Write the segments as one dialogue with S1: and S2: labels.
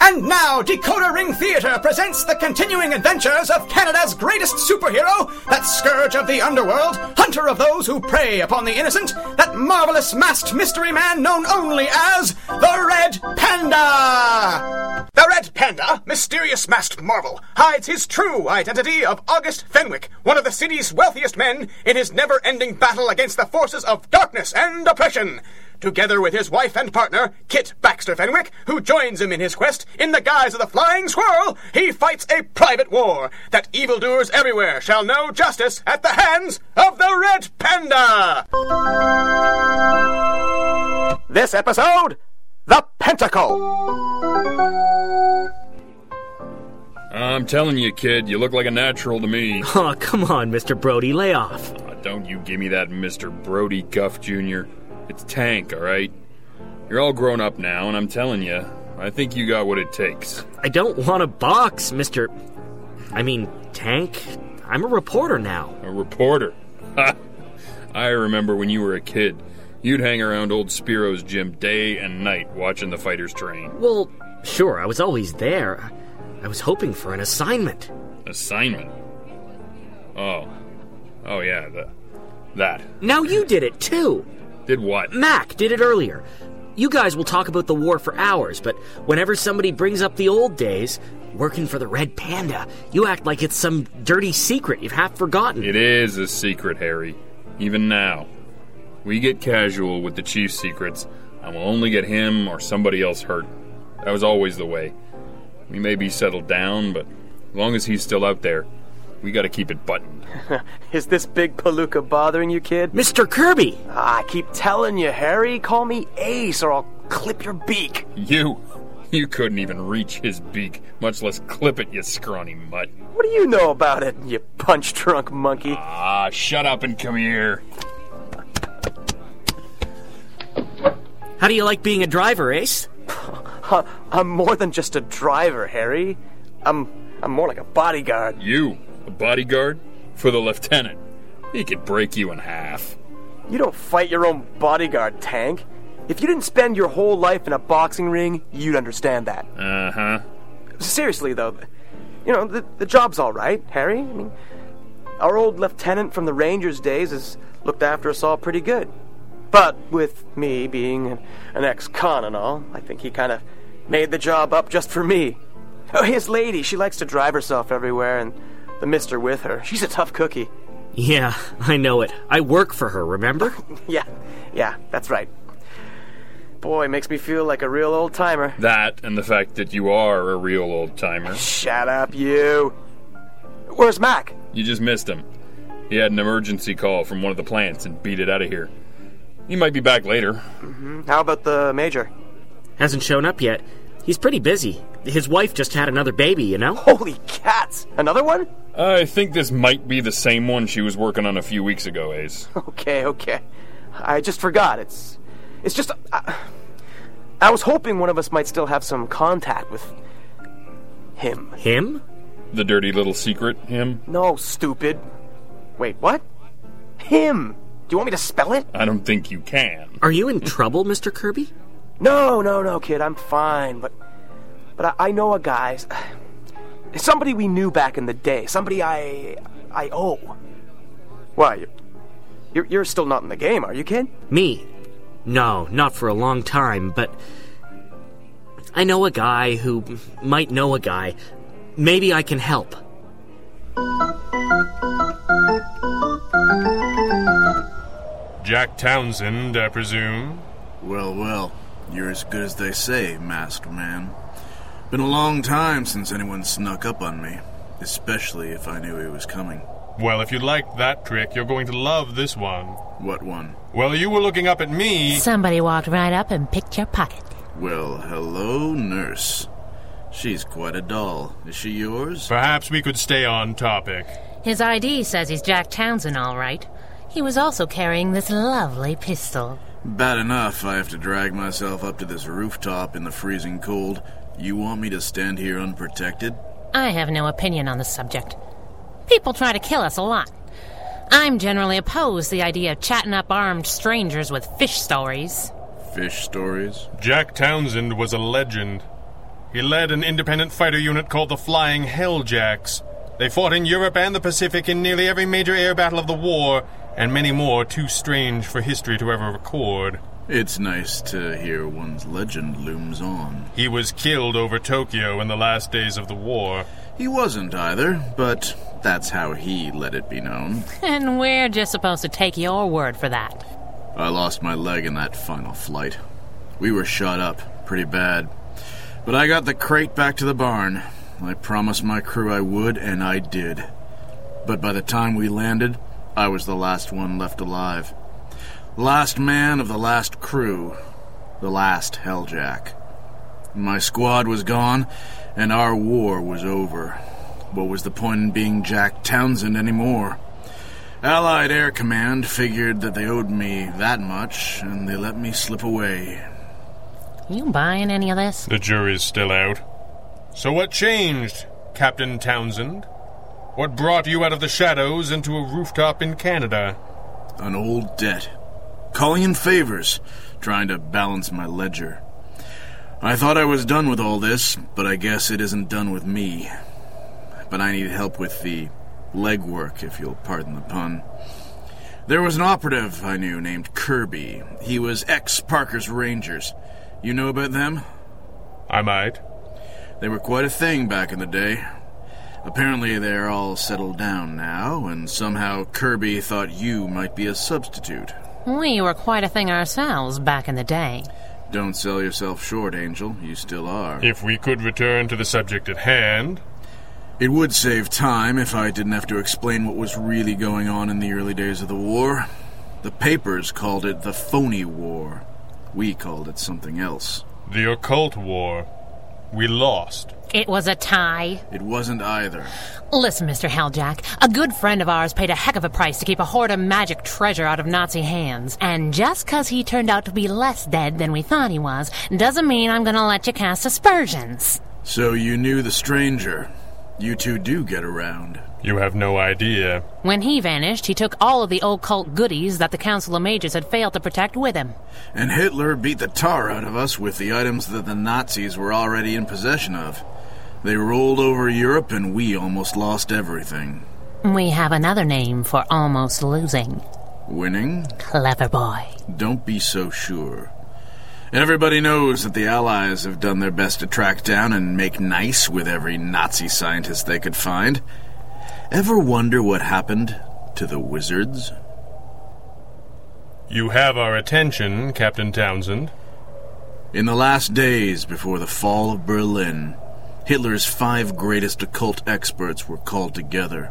S1: And now, Decoder Ring Theatre presents the continuing adventures of Canada's greatest superhero, that scourge of the underworld, hunter of those who prey upon the innocent, that marvelous masked mystery man known only as the Red Panda! The Red Panda, mysterious masked marvel, hides his true identity of August Fenwick, one of the city's wealthiest men, in his never ending battle against the forces of darkness and oppression together with his wife and partner, Kit Baxter Fenwick, who joins him in his quest in the guise of the Flying Squirrel, he fights a private war that evildoers everywhere shall know justice at the hands of the Red Panda. This episode, The Pentacle.
S2: I'm telling you, kid, you look like a natural to me.
S3: Oh, come on, Mr. Brody, lay off.
S2: Uh, don't you give me that Mr. Brody Guff Jr. It's Tank, all right? You're all grown up now, and I'm telling you, I think you got what it takes.
S3: I don't want a box, Mr. I mean, Tank. I'm a reporter now.
S2: A reporter? Ha! I remember when you were a kid. You'd hang around old Spiro's gym day and night watching the fighters train.
S3: Well, sure, I was always there. I was hoping for an assignment.
S2: Assignment? Oh. Oh, yeah, the, that.
S3: Now you did it, too.
S2: Did what?
S3: Mac did it earlier. You guys will talk about the war for hours, but whenever somebody brings up the old days, working for the Red Panda, you act like it's some dirty secret you've half forgotten.
S2: It is a secret, Harry. Even now. We get casual with the chief's secrets, and we'll only get him or somebody else hurt. That was always the way. We may be settled down, but as long as he's still out there, we gotta keep it buttoned.
S4: Is this big palooka bothering you, kid?
S3: Mr. Kirby!
S4: Ah, I keep telling you, Harry, call me Ace or I'll clip your beak.
S2: You! You couldn't even reach his beak, much less clip it, you scrawny mutt.
S4: What do you know about it, you punch drunk monkey?
S2: Ah, shut up and come here.
S3: How do you like being a driver, Ace?
S4: I'm more than just a driver, Harry. Um, I'm I'm more like a bodyguard.
S2: You, a bodyguard? For the lieutenant. He could break you in half.
S4: You don't fight your own bodyguard, Tank. If you didn't spend your whole life in a boxing ring, you'd understand that.
S2: Uh huh.
S4: Seriously, though, you know, the, the job's all right, Harry. I mean, our old lieutenant from the Rangers days has looked after us all pretty good. But with me being an, an ex con and all, I think he kind of made the job up just for me. Oh, his lady, she likes to drive herself everywhere, and the mister with her. She's a tough cookie.
S3: Yeah, I know it. I work for her, remember?
S4: yeah, yeah, that's right. Boy, makes me feel like a real old timer.
S2: That and the fact that you are a real old timer.
S4: Shut up, you. Where's Mac?
S2: You just missed him. He had an emergency call from one of the plants and beat it out of here. He might be back later.
S4: Mm-hmm. How about the major?
S3: Hasn't shown up yet. He's pretty busy his wife just had another baby, you know?
S4: Holy cats! Another one?
S2: I think this might be the same one she was working on a few weeks ago, Ace.
S4: Okay, okay. I just forgot. It's. It's just. I, I was hoping one of us might still have some contact with. him.
S3: Him?
S2: The dirty little secret, him?
S4: No, stupid. Wait, what? Him! Do you want me to spell it?
S2: I don't think you can.
S3: Are you in trouble, Mr. Kirby?
S4: No, no, no, kid. I'm fine, but but I, I, know a guy's somebody we knew back in the day somebody i i owe why you're, you're still not in the game are you kid
S3: me no not for a long time but i know a guy who might know a guy maybe i can help
S5: jack townsend i presume
S6: well well you're as good as they say masked man been a long time since anyone snuck up on me, especially if I knew he was coming.
S5: Well, if you liked that trick, you're going to love this one.
S6: What one?
S5: Well, you were looking up at me.
S7: Somebody walked right up and picked your pocket.
S6: Well, hello, nurse. She's quite a doll. Is she yours?
S5: Perhaps we could stay on topic.
S7: His ID says he's Jack Townsend, all right. He was also carrying this lovely pistol.
S6: Bad enough I have to drag myself up to this rooftop in the freezing cold. You want me to stand here unprotected?
S7: I have no opinion on the subject. People try to kill us a lot. I'm generally opposed to the idea of chatting up armed strangers with fish stories.
S6: Fish stories?
S5: Jack Townsend was a legend. He led an independent fighter unit called the Flying Helljacks. They fought in Europe and the Pacific in nearly every major air battle of the war, and many more too strange for history to ever record.
S6: It's nice to hear one's legend looms on.
S5: He was killed over Tokyo in the last days of the war.
S6: He wasn't either, but that's how he let it be known.
S7: And we're just supposed to take your word for that.
S6: I lost my leg in that final flight. We were shot up pretty bad. But I got the crate back to the barn. I promised my crew I would, and I did. But by the time we landed, I was the last one left alive. Last man of the last crew. The last Helljack. My squad was gone, and our war was over. What was the point in being Jack Townsend anymore? Allied Air Command figured that they owed me that much, and they let me slip away.
S7: You buying any of this?
S5: The jury's still out. So what changed, Captain Townsend? What brought you out of the shadows into a rooftop in Canada?
S6: An old debt. Calling in favors, trying to balance my ledger. I thought I was done with all this, but I guess it isn't done with me. But I need help with the legwork, if you'll pardon the pun. There was an operative I knew named Kirby. He was ex Parker's Rangers. You know about them?
S5: I might.
S6: They were quite a thing back in the day. Apparently, they're all settled down now, and somehow Kirby thought you might be a substitute.
S7: We were quite a thing ourselves back in the day.
S6: Don't sell yourself short, Angel. You still are.
S5: If we could return to the subject at hand.
S6: It would save time if I didn't have to explain what was really going on in the early days of the war. The papers called it the phony war. We called it something else.
S5: The occult war. We lost.
S7: It was a tie.
S6: It wasn't either.
S7: Listen, Mr. Helljack, a good friend of ours paid a heck of a price to keep a hoard of magic treasure out of Nazi hands. And just 'cause he turned out to be less dead than we thought he was, doesn't mean I'm gonna let you cast aspersions.
S6: So you knew the stranger. You two do get around.
S5: You have no idea.
S7: When he vanished, he took all of the occult goodies that the Council of Majors had failed to protect with him.
S6: And Hitler beat the tar out of us with the items that the Nazis were already in possession of. They rolled over Europe and we almost lost everything.
S7: We have another name for almost losing.
S6: Winning?
S7: Clever boy.
S6: Don't be so sure. Everybody knows that the Allies have done their best to track down and make nice with every Nazi scientist they could find. Ever wonder what happened to the wizards?
S5: You have our attention, Captain Townsend.
S6: In the last days before the fall of Berlin, Hitler's five greatest occult experts were called together.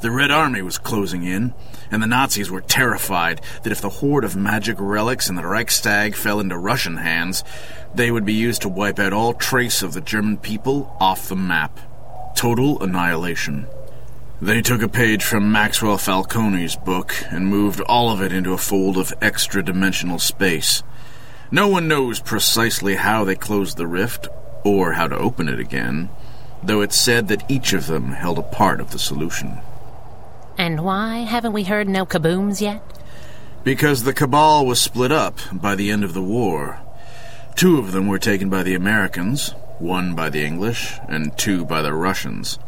S6: The Red Army was closing in, and the Nazis were terrified that if the hoard of magic relics in the Reichstag fell into Russian hands, they would be used to wipe out all trace of the German people off the map. Total annihilation. They took a page from Maxwell Falcone's book and moved all of it into a fold of extra dimensional space. No one knows precisely how they closed the rift or how to open it again, though it's said that each of them held a part of the solution.
S7: And why haven't we heard no kabooms yet?
S6: Because the cabal was split up by the end of the war. Two of them were taken by the Americans, one by the English, and two by the Russians.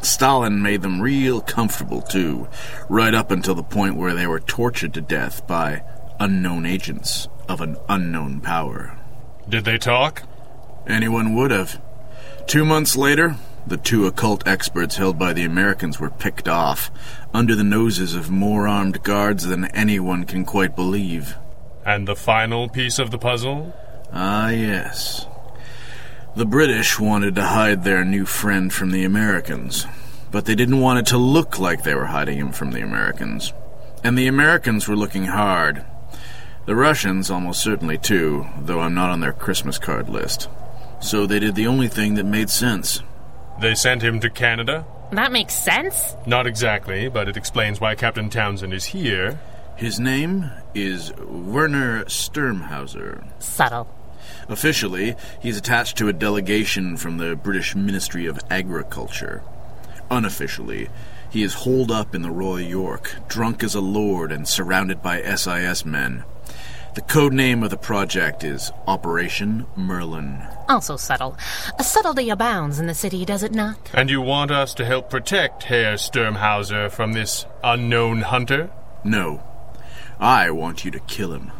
S6: Stalin made them real comfortable, too, right up until the point where they were tortured to death by unknown agents of an unknown power.
S5: Did they talk?
S6: Anyone would have. Two months later, the two occult experts held by the Americans were picked off, under the noses of more armed guards than anyone can quite believe.
S5: And the final piece of the puzzle?
S6: Ah, yes. The British wanted to hide their new friend from the Americans, but they didn't want it to look like they were hiding him from the Americans. And the Americans were looking hard. The Russians almost certainly too, though I'm not on their Christmas card list. So they did the only thing that made sense.
S5: They sent him to Canada?
S7: That makes sense?
S5: Not exactly, but it explains why Captain Townsend is here.
S6: His name is Werner Sturmhauser.
S7: Subtle.
S6: Officially, he's attached to a delegation from the British Ministry of Agriculture. Unofficially, he is holed up in the Royal York, drunk as a lord and surrounded by SIS men. The code name of the project is Operation Merlin.
S7: Also subtle. A subtlety abounds in the city, does it not?
S5: And you want us to help protect Herr Sturmhauser from this unknown hunter?
S6: No, I want you to kill him.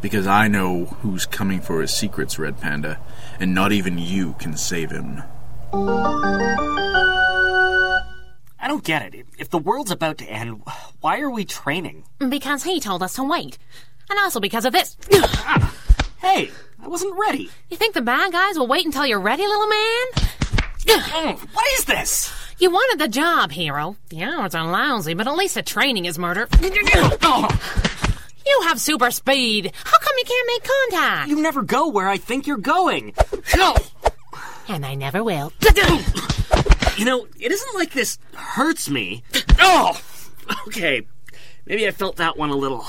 S6: Because I know who's coming for his secrets, Red Panda, and not even you can save him.
S3: I don't get it. If the world's about to end, why are we training?
S7: Because he told us to wait. And also because of this.
S3: Hey, I wasn't ready.
S7: You think the bad guys will wait until you're ready, little man?
S3: Oh, what is this?
S7: You wanted the job, hero. The hours are lousy, but at least the training is murder.
S3: Oh,
S7: You have super speed. How come you can't make contact?
S3: you never go where I think you're going.
S7: And I never will.
S3: You know, it isn't like this hurts me. Oh, okay. Maybe I felt that one a little.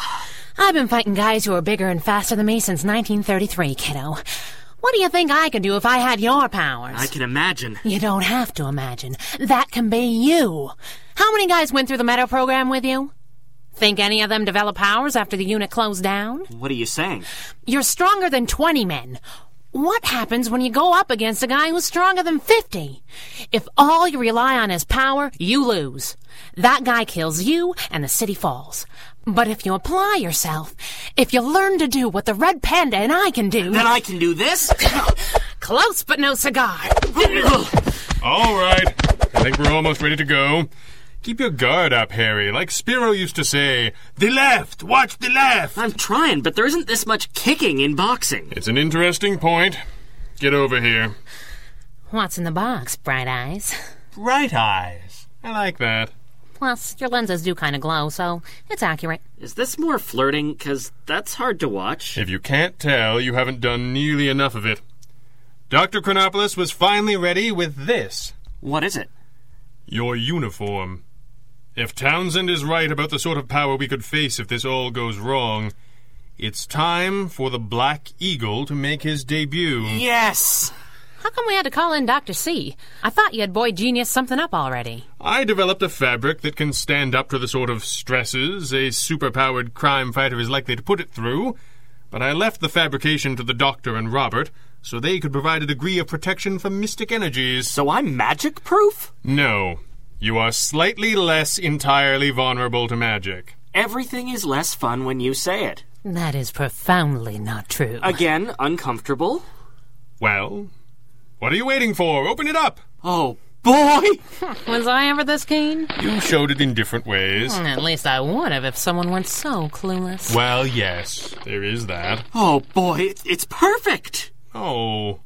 S7: I've been fighting guys who are bigger and faster than me since 1933, kiddo. What do you think I could do if I had your powers?
S3: I can imagine.
S7: You don't have to imagine. That can be you. How many guys went through the Meadow program with you? Think any of them develop powers after the unit closed down?
S3: What are you saying?
S7: You're stronger than 20 men. What happens when you go up against a guy who's stronger than 50? If all you rely on is power, you lose. That guy kills you and the city falls. But if you apply yourself, if you learn to do what the red panda and I can do,
S3: Then I can do this?
S7: close but no cigar.
S5: All right. I think we're almost ready to go. Keep your guard up, Harry. Like Spiro used to say, the left, watch the left.
S3: I'm trying, but there isn't this much kicking in boxing.
S5: It's an interesting point. Get over here.
S7: What's in the box, bright eyes?
S5: Right eyes. I like that.
S7: Plus, your lenses do kind of glow, so it's accurate.
S3: Is this more flirting? Because that's hard to watch.
S5: If you can't tell, you haven't done nearly enough of it. Dr. Chronopoulos was finally ready with this
S3: What is it?
S5: your uniform. If Townsend is right about the sort of power we could face if this all goes wrong, it's time for the Black Eagle to make his debut.
S3: Yes!
S7: How come we had to call in Dr. C? I thought you had boy genius something up already.
S5: I developed a fabric that can stand up to the sort of stresses a superpowered crime fighter is likely to put it through, but I left the fabrication to the doctor and Robert so they could provide a degree of protection from mystic energies.
S3: So I'm magic proof?
S5: No, you are slightly less entirely vulnerable to magic.
S3: Everything is less fun when you say it.
S7: That is profoundly not true.
S3: Again, uncomfortable.
S5: Well, what are you waiting for? Open it up!
S3: Oh, boy!
S7: Was I ever this keen? Hmm,
S5: You showed it in different ways.
S7: At least I would have if someone weren't so clueless.
S5: Well, yes, there is that.
S3: Oh, boy, it- it's perfect!
S5: Oh.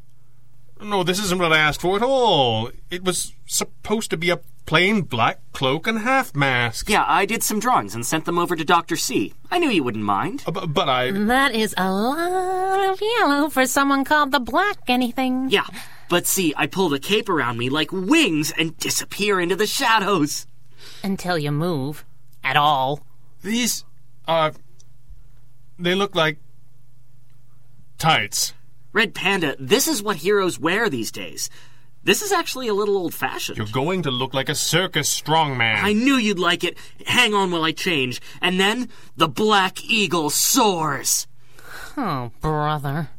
S5: No, this isn't what I asked for at all. It was supposed to be a plain black cloak and half mask.
S3: Yeah, I did some drawings and sent them over to Dr. C. I knew you wouldn't mind.
S5: Uh, bu- But I.
S7: That is a lot of yellow for someone called the Black anything.
S3: Yeah, but see, I pull the cape around me like wings and disappear into the shadows.
S7: Until you move. At all.
S5: These are. They look like. tights.
S3: Red Panda, this is what heroes wear these days. This is actually a little old fashioned.
S5: You're going to look like a circus strongman.
S3: I knew you'd like it. Hang on while I change. And then the Black Eagle soars.
S7: Oh, brother.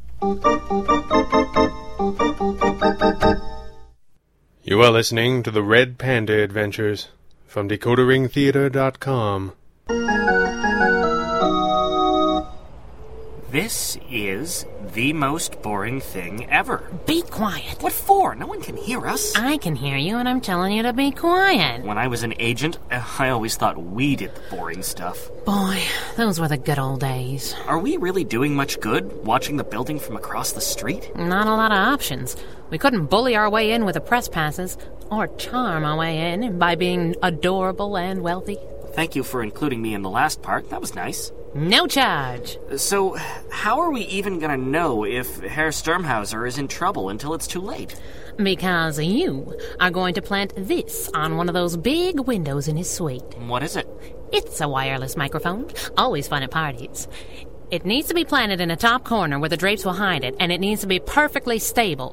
S5: You are listening to the Red Panda Adventures from DecoderingTheater.com.
S3: This is the most boring thing ever.
S7: Be quiet.
S3: What for? No one can hear us.
S7: I can hear you, and I'm telling you to be quiet.
S3: When I was an agent, uh, I always thought we did the boring stuff.
S7: Boy, those were the good old days.
S3: Are we really doing much good watching the building from across the street?
S7: Not a lot of options. We couldn't bully our way in with the press passes, or charm our way in by being adorable and wealthy.
S3: Thank you for including me in the last part. That was nice.
S7: No charge.
S3: So, how are we even going to know if Herr Sturmhauser is in trouble until it's too late?
S7: Because you are going to plant this on one of those big windows in his suite.
S3: What is it?
S7: It's a wireless microphone, always fun at parties. It needs to be planted in a top corner where the drapes will hide it, and it needs to be perfectly stable.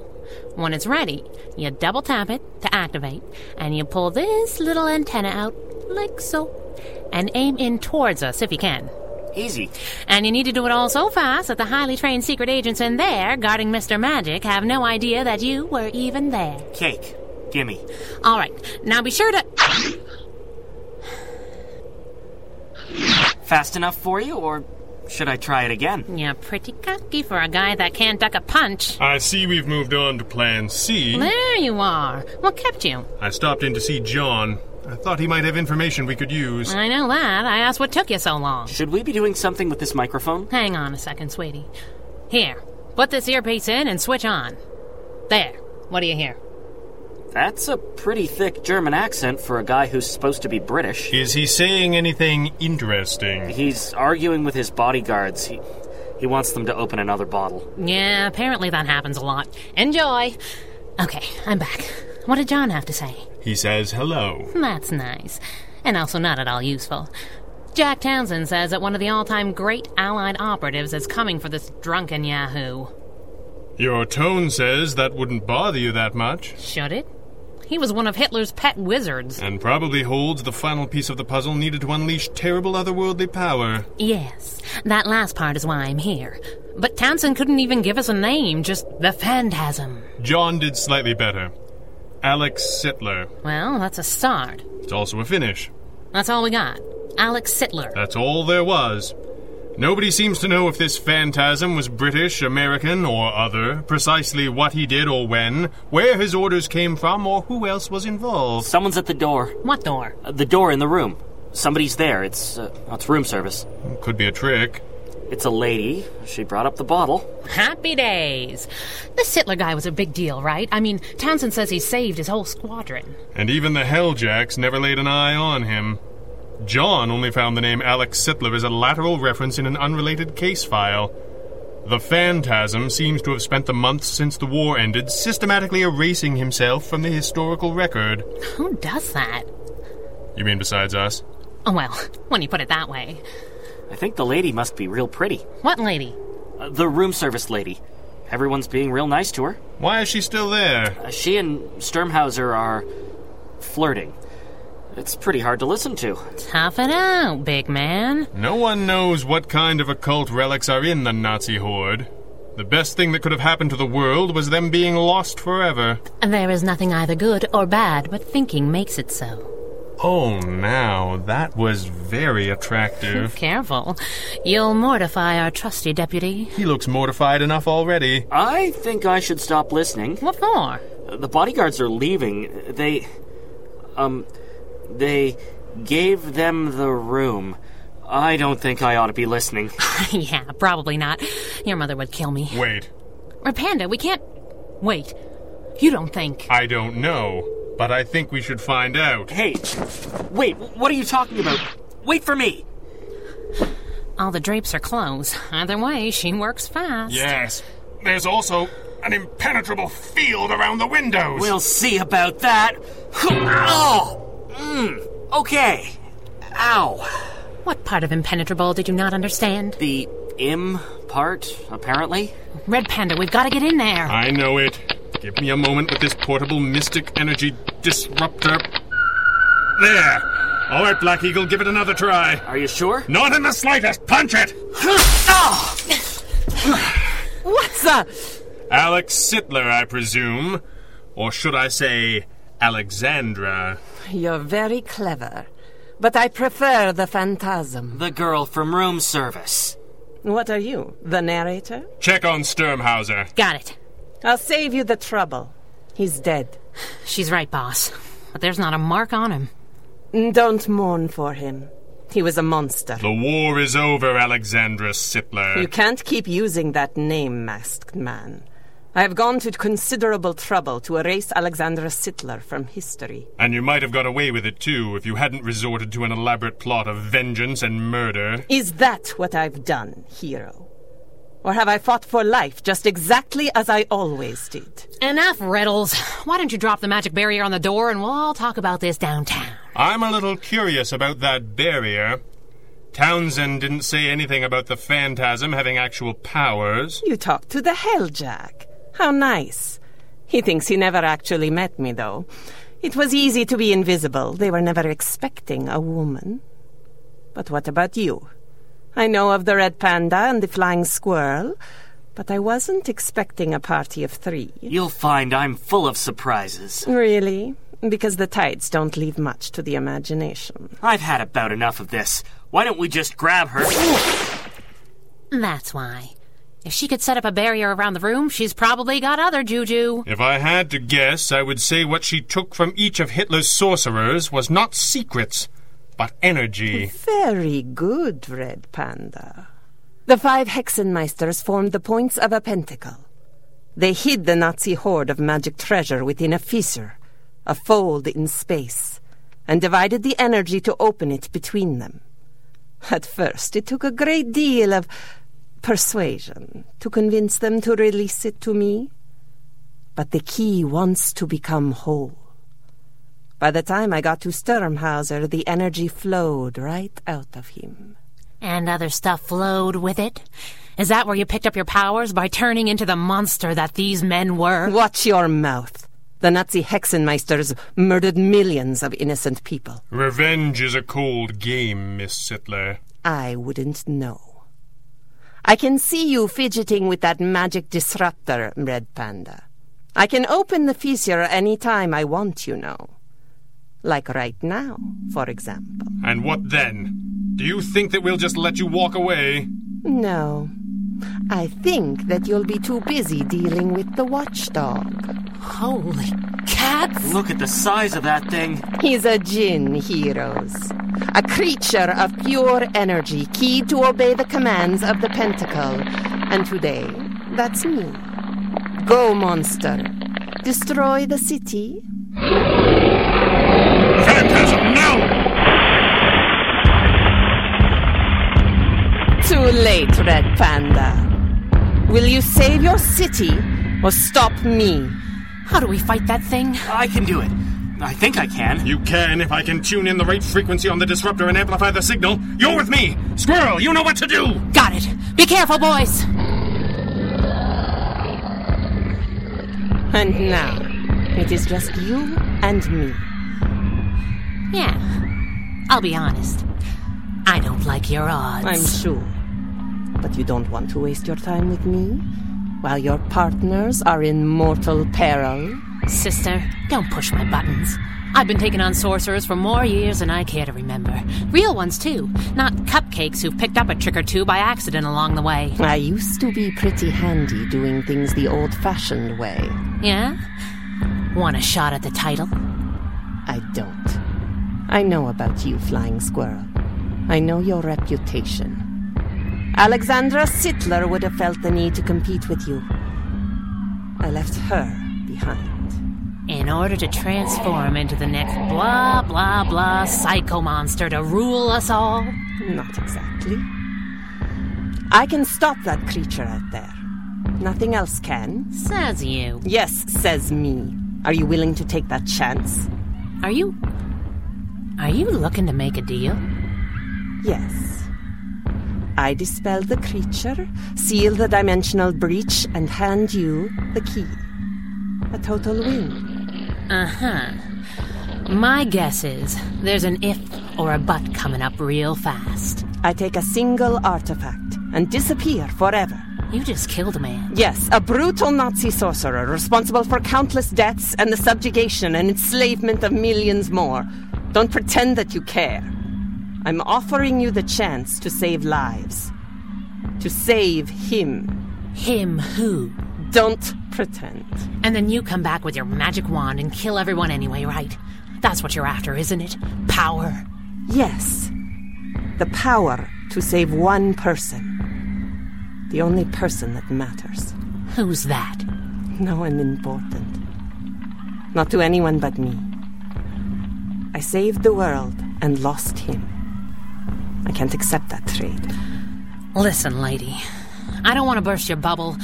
S7: When it's ready, you double tap it to activate, and you pull this little antenna out, like so, and aim in towards us if you can.
S3: Easy.
S7: And you need to do it all so fast that the highly trained secret agents in there, guarding Mr. Magic, have no idea that you were even there.
S3: Cake. Gimme.
S7: All right, now be sure to.
S3: Fast enough for you, or should I try it again?
S7: You're pretty cocky for a guy that can't duck a punch.
S5: I see we've moved on to Plan C. I
S7: There you are. What kept you?
S5: stopped in to see John. I thought he might have information we could use.
S7: I know that. I asked what took you so long.
S3: Should we be doing something with this microphone?
S7: Hang on a second, sweetie. Here, put this earpiece in and switch on. There. What do you hear?
S3: That's a pretty thick German accent for a guy who's supposed to be British.
S5: Is he saying anything interesting?
S3: He's arguing with his bodyguards. He, he wants them to open another bottle.
S7: Yeah, apparently that happens a lot. Enjoy. Okay, I'm back. What did John have to say?
S5: He says hello.
S7: That's nice. And also not at all useful. Jack Townsend says that one of the all time great Allied operatives is coming for this drunken Yahoo.
S5: Your tone says that wouldn't bother you that much,
S7: Should it? He was one of Hitler's pet wizards.
S5: and probably holds the final piece of the puzzle needed to unleash terrible otherworldly power.
S7: Yes, that last part is why I'm here. But Townsend couldn't even give us a name, just the Phantasm.
S5: John did slightly better. Alex Sittler.
S7: Well, that's a start.
S5: It's also a finish.
S7: That's all we got. Alex Sittler.
S5: That's all there was. Nobody seems to know if this phantasm was British, American, or other, precisely what he did or when, where his orders came from, or who else was involved.
S3: Someone's at the door.
S7: What door?
S3: Uh, The door in the room. Somebody's there. It's uh, it's room service.
S5: Could be a trick.
S3: It's a lady. She brought up the bottle.
S7: Happy days. The Sittler guy was a big deal, right? I mean, Townsend says he saved his whole squadron.
S5: And even the Helljacks never laid an eye on him. John only found the name Alex Sittler as a lateral reference in an unrelated case file. The phantasm seems to have spent the months since the war ended systematically erasing himself from the historical record.
S7: Who does that?
S5: You mean besides us?
S7: Oh, well, when you put it that way.
S3: I think the lady must be real pretty.
S7: What lady?
S3: Uh, the room service lady. Everyone's being real nice to her.
S5: Why is she still there?
S3: Uh, she and Sturmhauser are flirting. It's pretty hard to listen to.
S7: Tough it out, big man.
S5: No one knows what kind of occult relics are in the Nazi horde. The best thing that could have happened to the world was them being lost forever.
S7: There is nothing either good or bad, but thinking makes it so.
S5: Oh, now, that was very attractive.
S7: Careful. You'll mortify our trusty deputy.
S5: he looks mortified enough already.
S3: I think I should stop listening.
S7: What for?
S3: Uh, The bodyguards are leaving. They. Um. They gave them the room. I don't think I ought to be listening.
S7: yeah, probably not. Your mother would kill me.
S5: Wait,
S7: Rapanda, we can't. Wait. You don't think.
S5: I don't know, but I think we should find out.
S3: Hey, wait, what are you talking about? Wait for me!
S7: All the drapes are closed. Either way, she works fast.
S5: Yes, there's also an impenetrable field around the windows.
S3: We'll see about that. Oh! Mm, okay. Ow.
S7: What part of impenetrable did you not understand?
S3: The im part, apparently.
S7: Red Panda, we've got to get in there.
S5: I know it. Give me a moment with this portable mystic energy disruptor. There! All right, Black Eagle, give it another try.
S3: Are you sure?
S5: Not in the slightest! Punch it!
S3: Oh!
S7: What's up?
S5: Alex Sittler, I presume. Or should I say, Alexandra?
S8: You're very clever. But I prefer the phantasm.
S3: The girl from room service.
S8: What are you, the narrator?
S5: Check on Sturmhauser.
S7: Got it.
S8: I'll save you the trouble. He's dead.
S7: She's right, boss. But there's not a mark on him.
S8: Don't mourn for him. He was a monster.
S5: The war is over, Alexandra Sittler.
S8: You can't keep using that name, masked man. I have gone to considerable trouble to erase Alexander Sittler from history.
S5: And you might have got away with it, too, if you hadn't resorted to an elaborate plot of vengeance and murder.
S8: Is that what I've done, hero? Or have I fought for life just exactly as I always did?
S7: Enough riddles. Why don't you drop the magic barrier on the door and we'll all talk about this downtown?
S5: I'm a little curious about that barrier. Townsend didn't say anything about the phantasm having actual powers.
S8: You talk to the hell, Jack. How nice. He thinks he never actually met me, though. It was easy to be invisible. They were never expecting a woman. But what about you? I know of the red panda and the flying squirrel, but I wasn't expecting a party of three.
S3: You'll find I'm full of surprises.
S8: Really? Because the tides don't leave much to the imagination.
S3: I've had about enough of this. Why don't we just grab her?
S7: That's why. If she could set up a barrier around the room, she's probably got other juju.
S5: If I had to guess, I would say what she took from each of Hitler's sorcerers was not secrets, but energy.
S8: Very good, Red Panda. The five Hexenmeisters formed the points of a pentacle. They hid the Nazi hoard of magic treasure within a fissure, a fold in space, and divided the energy to open it between them. At first, it took a great deal of persuasion to convince them to release it to me. But the key wants to become whole. By the time I got to Sturmhauser, the energy flowed right out of him.
S7: And other stuff flowed with it. Is that where you picked up your powers by turning into the monster that these men were?
S8: Watch your mouth. The Nazi Hexenmeisters murdered millions of innocent people.
S5: Revenge is a cold game, Miss Sittler.
S8: I wouldn't know. I can see you fidgeting with that magic disruptor, Red Panda. I can open the fissure any time I want, you know. Like right now, for example.
S5: And what then? Do you think that we'll just let you walk away?
S8: No. I think that you'll be too busy dealing with the watchdog.
S7: Holy cats!
S3: Look at the size of that thing.
S8: He's a djinn, heroes. A creature of pure energy, keyed to obey the commands of the pentacle. And today, that's me. Go, monster. Destroy the city.
S5: Phantasm, now!
S8: Too late, Red Panda. Will you save your city or stop me?
S7: How do we fight that thing?
S3: I can do it. I think I can.
S5: You can if I can tune in the right frequency on the disruptor and amplify the signal. You're with me! Squirrel, you know what to do!
S7: Got it. Be careful, boys.
S8: And now, it is just you and me.
S7: Yeah. I'll be honest. I don't like your odds.
S8: I'm sure. But you don't want to waste your time with me while your partners are in mortal peril.
S7: Sister, don't push my buttons. I've been taking on sorcerers for more years than I care to remember. Real ones, too, not cupcakes who've picked up a trick or two by accident along the way.
S8: I used to be pretty handy doing things the old fashioned way.
S7: Yeah? Want a shot at the title?
S8: I don't. I know about you, Flying Squirrel. I know your reputation. Alexandra Sittler would have felt the need to compete with you. I left her behind.
S7: In order to transform into the next blah, blah, blah psycho monster to rule us all?
S8: Not exactly. I can stop that creature out there. Nothing else can.
S7: Says you.
S8: Yes, says me. Are you willing to take that chance?
S7: Are you. Are you looking to make a deal?
S8: Yes. I dispel the creature, seal the dimensional breach, and hand you the key. A total win.
S7: Uh huh. My guess is there's an if or a but coming up real fast.
S8: I take a single artifact and disappear forever.
S7: You just killed a man.
S8: Yes, a brutal Nazi sorcerer responsible for countless deaths and the subjugation and enslavement of millions more. Don't pretend that you care. I'm offering you the chance to save lives. To save him.
S7: Him who?
S8: Don't pretend.
S7: And then you come back with your magic wand and kill everyone anyway, right? That's what you're after, isn't it? Power.
S8: Yes, the power to save one person. The only person that matters.
S7: Who's that?
S8: no one important. Not to anyone but me. I saved the world and lost him. I can't accept that trade.
S7: Listen, lady, I don't want to burst your bubble,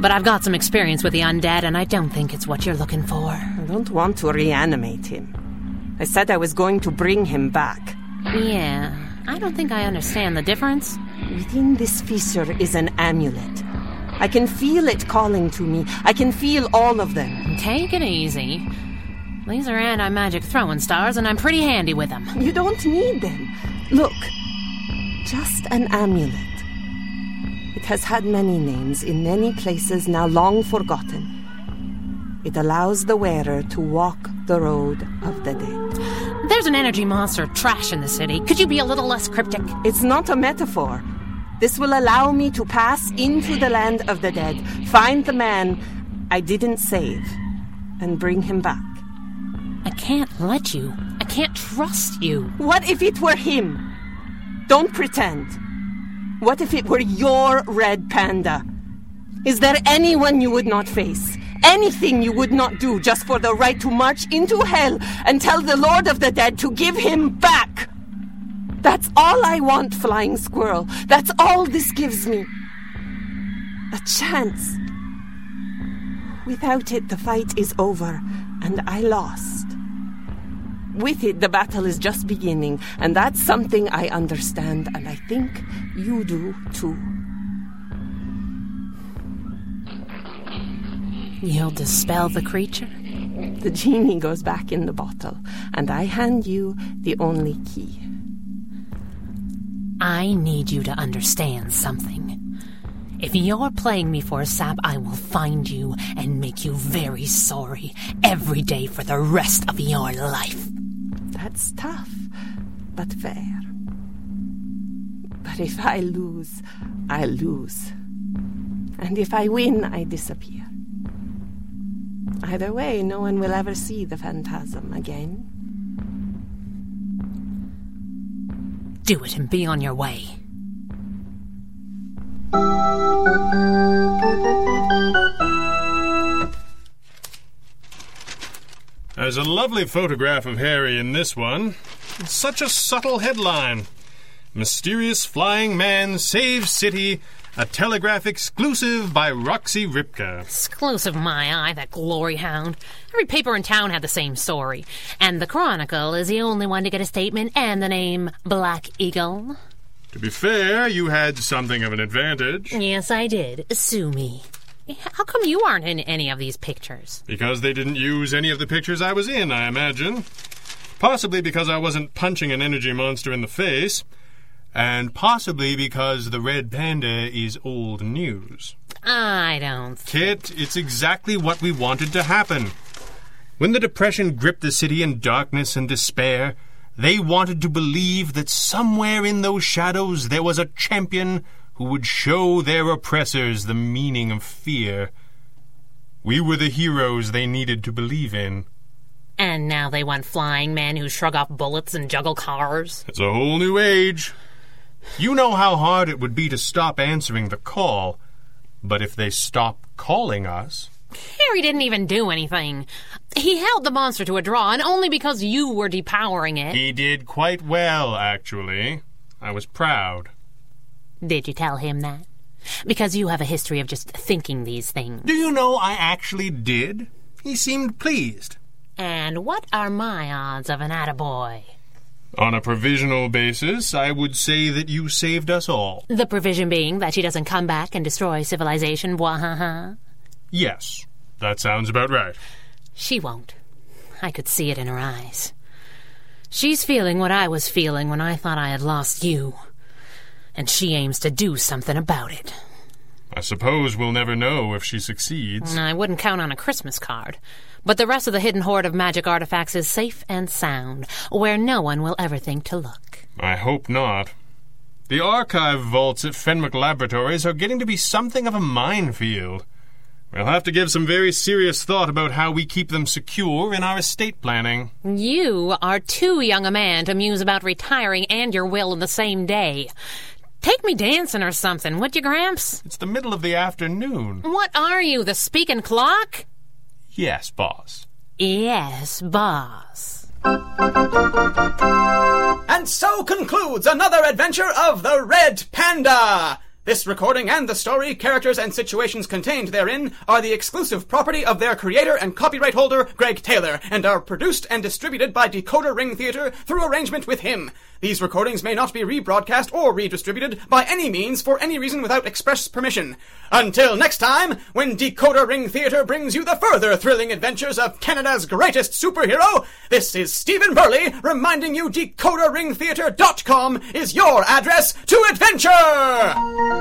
S7: but I've got some experience with the undead, and I don't think it's what you're looking for.
S8: I don't want to reanimate him. I said I was going to bring him back.
S7: Yeah, I don't think I understand the difference.
S8: Within this fissure is an amulet. I can feel it calling to me. I can feel all of them.
S7: Take it easy. These are anti magic throwing stars, and I'm pretty handy with them.
S8: You don't need them. Look, just an amulet. It has had many names in many places now long forgotten. It allows the wearer to walk the road of the dead.
S7: There's an energy monster of trash in the city. Could you be a little less cryptic?
S8: It's not a metaphor. This will allow me to pass into the land of the dead, find the man I didn't save, and bring him back.
S7: I can't let you. I can't trust you.
S8: What if it were him? Don't pretend. What if it were your red panda? Is there anyone you would not face? Anything you would not do just for the right to march into hell and tell the Lord of the Dead to give him back? That's all I want, Flying Squirrel. That's all this gives me. A chance. Without it, the fight is over, and I lost. With it, the battle is just beginning, and that's something I understand, and I think you do too.
S7: You'll dispel the creature?
S8: The genie goes back in the bottle, and I hand you the only key.
S7: I need you to understand something. If you're playing me for a sap, I will find you and make you very sorry every day for the rest of your life.
S8: That's tough, but fair. But if I lose, I lose. And if I win, I disappear. Either way, no one will ever see the phantasm again.
S7: Do it and be on your way.
S5: There's a lovely photograph of Harry in this one. Such a subtle headline Mysterious Flying Man Saves City, a Telegraph exclusive by Roxy Ripka.
S7: Exclusive my eye, that glory hound. Every paper in town had the same story. And the Chronicle is the only one to get a statement and the name Black Eagle.
S5: To be fair, you had something of an advantage
S7: Yes, I did. Sue me. How come you aren't in any of these pictures?
S5: because they didn't use any of the pictures I was in, I imagine. Possibly because I wasn't punching an energy monster in the face, and possibly because the red panda is old news.
S7: I don't.
S5: Kit, it's exactly what we wanted to happen. When the Depression gripped the city in darkness and despair, they wanted to believe that somewhere in those shadows there was a champion who would show their oppressors the meaning of fear. We were the heroes they needed to believe in.
S7: And now they want flying men who shrug off bullets and juggle cars.
S5: It's a whole new age. You know how hard it would be to stop answering the call, but if they stop calling us,
S7: Harry didn't even do anything. He held the monster to a draw, and only because you were depowering it.
S5: He did quite well, actually. I was proud.
S7: Did you tell him that? Because you have a history of just thinking these things.
S5: Do you know I actually did? He seemed pleased.
S7: And what are my odds of an attaboy?
S5: On a provisional basis, I would say that you saved us all.
S7: The provision being that she doesn't come back and destroy civilization, wahaha.
S5: Yes, that sounds about right.
S7: She won't. I could see it in her eyes. She's feeling what I was feeling when I thought I had lost you. And she aims to do something about it.
S5: I suppose we'll never know if she succeeds.
S7: I wouldn't count on a Christmas card. But the rest of the hidden hoard of magic artifacts is safe and sound, where no one will ever think to look.
S5: I hope not. The archive vaults at Fenwick Laboratories are getting to be something of a minefield. We'll have to give some very serious thought about how we keep them secure in our estate planning.
S7: You are too young a man to muse about retiring and your will in the same day. Take me dancing or something, would you, Gramps?
S5: It's the middle of the afternoon.
S7: What are you, the speaking clock?
S5: Yes, boss.
S7: Yes, boss.
S1: And so concludes another adventure of the Red Panda! This recording and the story, characters, and situations contained therein are the exclusive property of their creator and copyright holder, Greg Taylor, and are produced and distributed by Decoder Ring Theater through arrangement with him. These recordings may not be rebroadcast or redistributed by any means for any reason without express permission. Until next time, when Decoder Ring Theater brings you the further thrilling adventures of Canada's greatest superhero, this is Stephen Burley reminding you DecoderRingTheater.com is your address to adventure!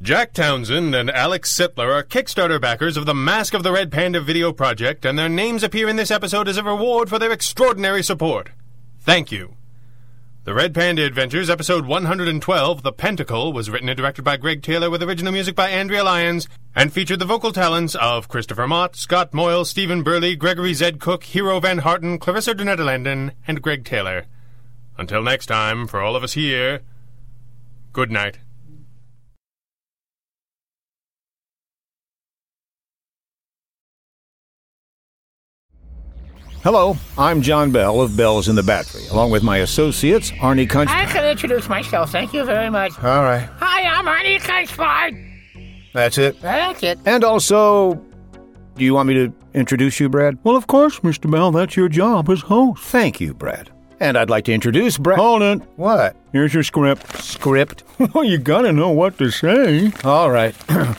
S5: Jack Townsend and Alex Sittler are Kickstarter backers of the Mask of the Red Panda video project, and their names appear in this episode as a reward for their extraordinary support. Thank you. The Red Panda Adventures, episode 112, The Pentacle, was written and directed by Greg Taylor with original music by Andrea Lyons and featured the vocal talents of Christopher Mott, Scott Moyle, Stephen Burley, Gregory Zed Cook, Hero Van Harten, Clarissa De Nederlanden, and Greg Taylor. Until next time, for all of us here, good night.
S9: Hello, I'm John Bell of Bells in the Battery, along with my associates, Arnie Country.
S10: I can introduce myself. Thank you very much.
S9: All right,
S10: Hi, I'm Arnie Keichbard.
S9: that's it.
S10: That's it.
S9: And also, do you want me to introduce you, Brad? Well, of course, Mr. Bell. That's your job as host. Thank you, Brad. And I'd like to introduce Brad. Hold it. What? Here's your script. Script? well, you gotta know what to say. All right.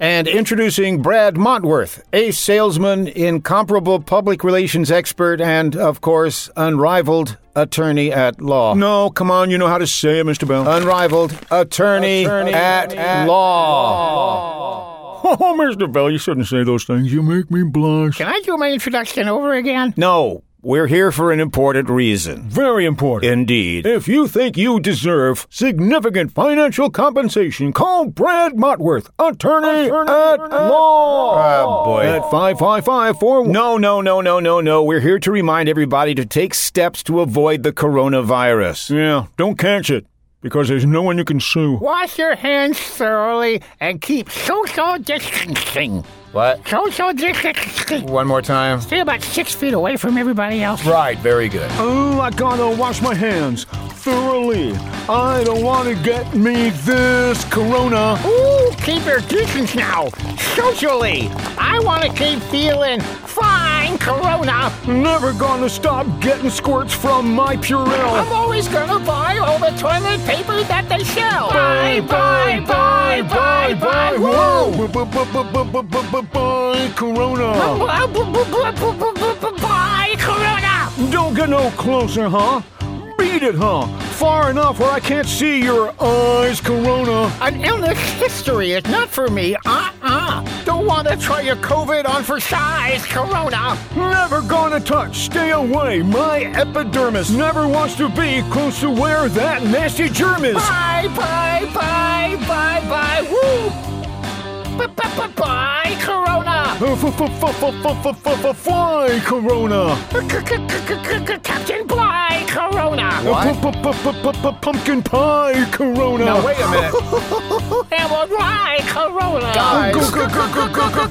S9: and introducing Brad Montworth, a salesman, incomparable public relations expert, and, of course, unrivaled attorney at law. No, come on, you know how to say it, Mr. Bell. Unrivaled attorney, at, law. Oh, Mr. Bell, you shouldn't say those things. You make me blush.
S10: Can I do my introduction over again?
S9: No, we're here for an important reason.
S11: Very important.
S9: Indeed.
S11: If you think you deserve significant financial compensation, call Brad Motworth, attorney, at law.
S9: Uh, Oh, boy.
S11: At 555
S9: No, no, no, no, no, no. We're here to remind everybody to take steps to avoid the coronavirus.
S11: Yeah, don't catch it, because there's no one you can sue.
S10: Wash your hands thoroughly and keep social distancing.
S9: What?
S10: Social distancing.
S9: One more time.
S10: Stay about six feet away from everybody else.
S9: Right, very good.
S11: Oh, I gotta wash my hands thoroughly. I don't want to get me this corona.
S10: Ooh, keep your distance now. Socially. I want to keep feeling fine, Corona.
S11: Never gonna stop getting squirts from my Purell.
S10: I'm always gonna buy all the toilet paper that they sell. Buy, buy, buy, buy, buy. Whoa!
S11: Bye, Corona.
S10: Buy Corona.
S11: Don't get no closer, huh? Beat it, huh? Far enough where I can't see your eyes, Corona.
S10: An illness history is not for me. Uh uh. Don't want to try your COVID on for size, Corona.
S11: Never gonna touch, stay away, my epidermis. Never wants to be close to where that nasty germ is.
S10: Buy, buy, buy, buy, buy. Woo! Buy Corona.
S11: Fly, Corona.
S10: Captain, buy Corona.
S11: Pumpkin pie, Corona.
S9: Now, wait a minute.
S10: And we'll buy Corona.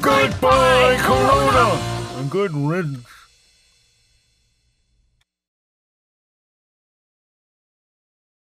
S11: Goodbye, Corona. Good riddance.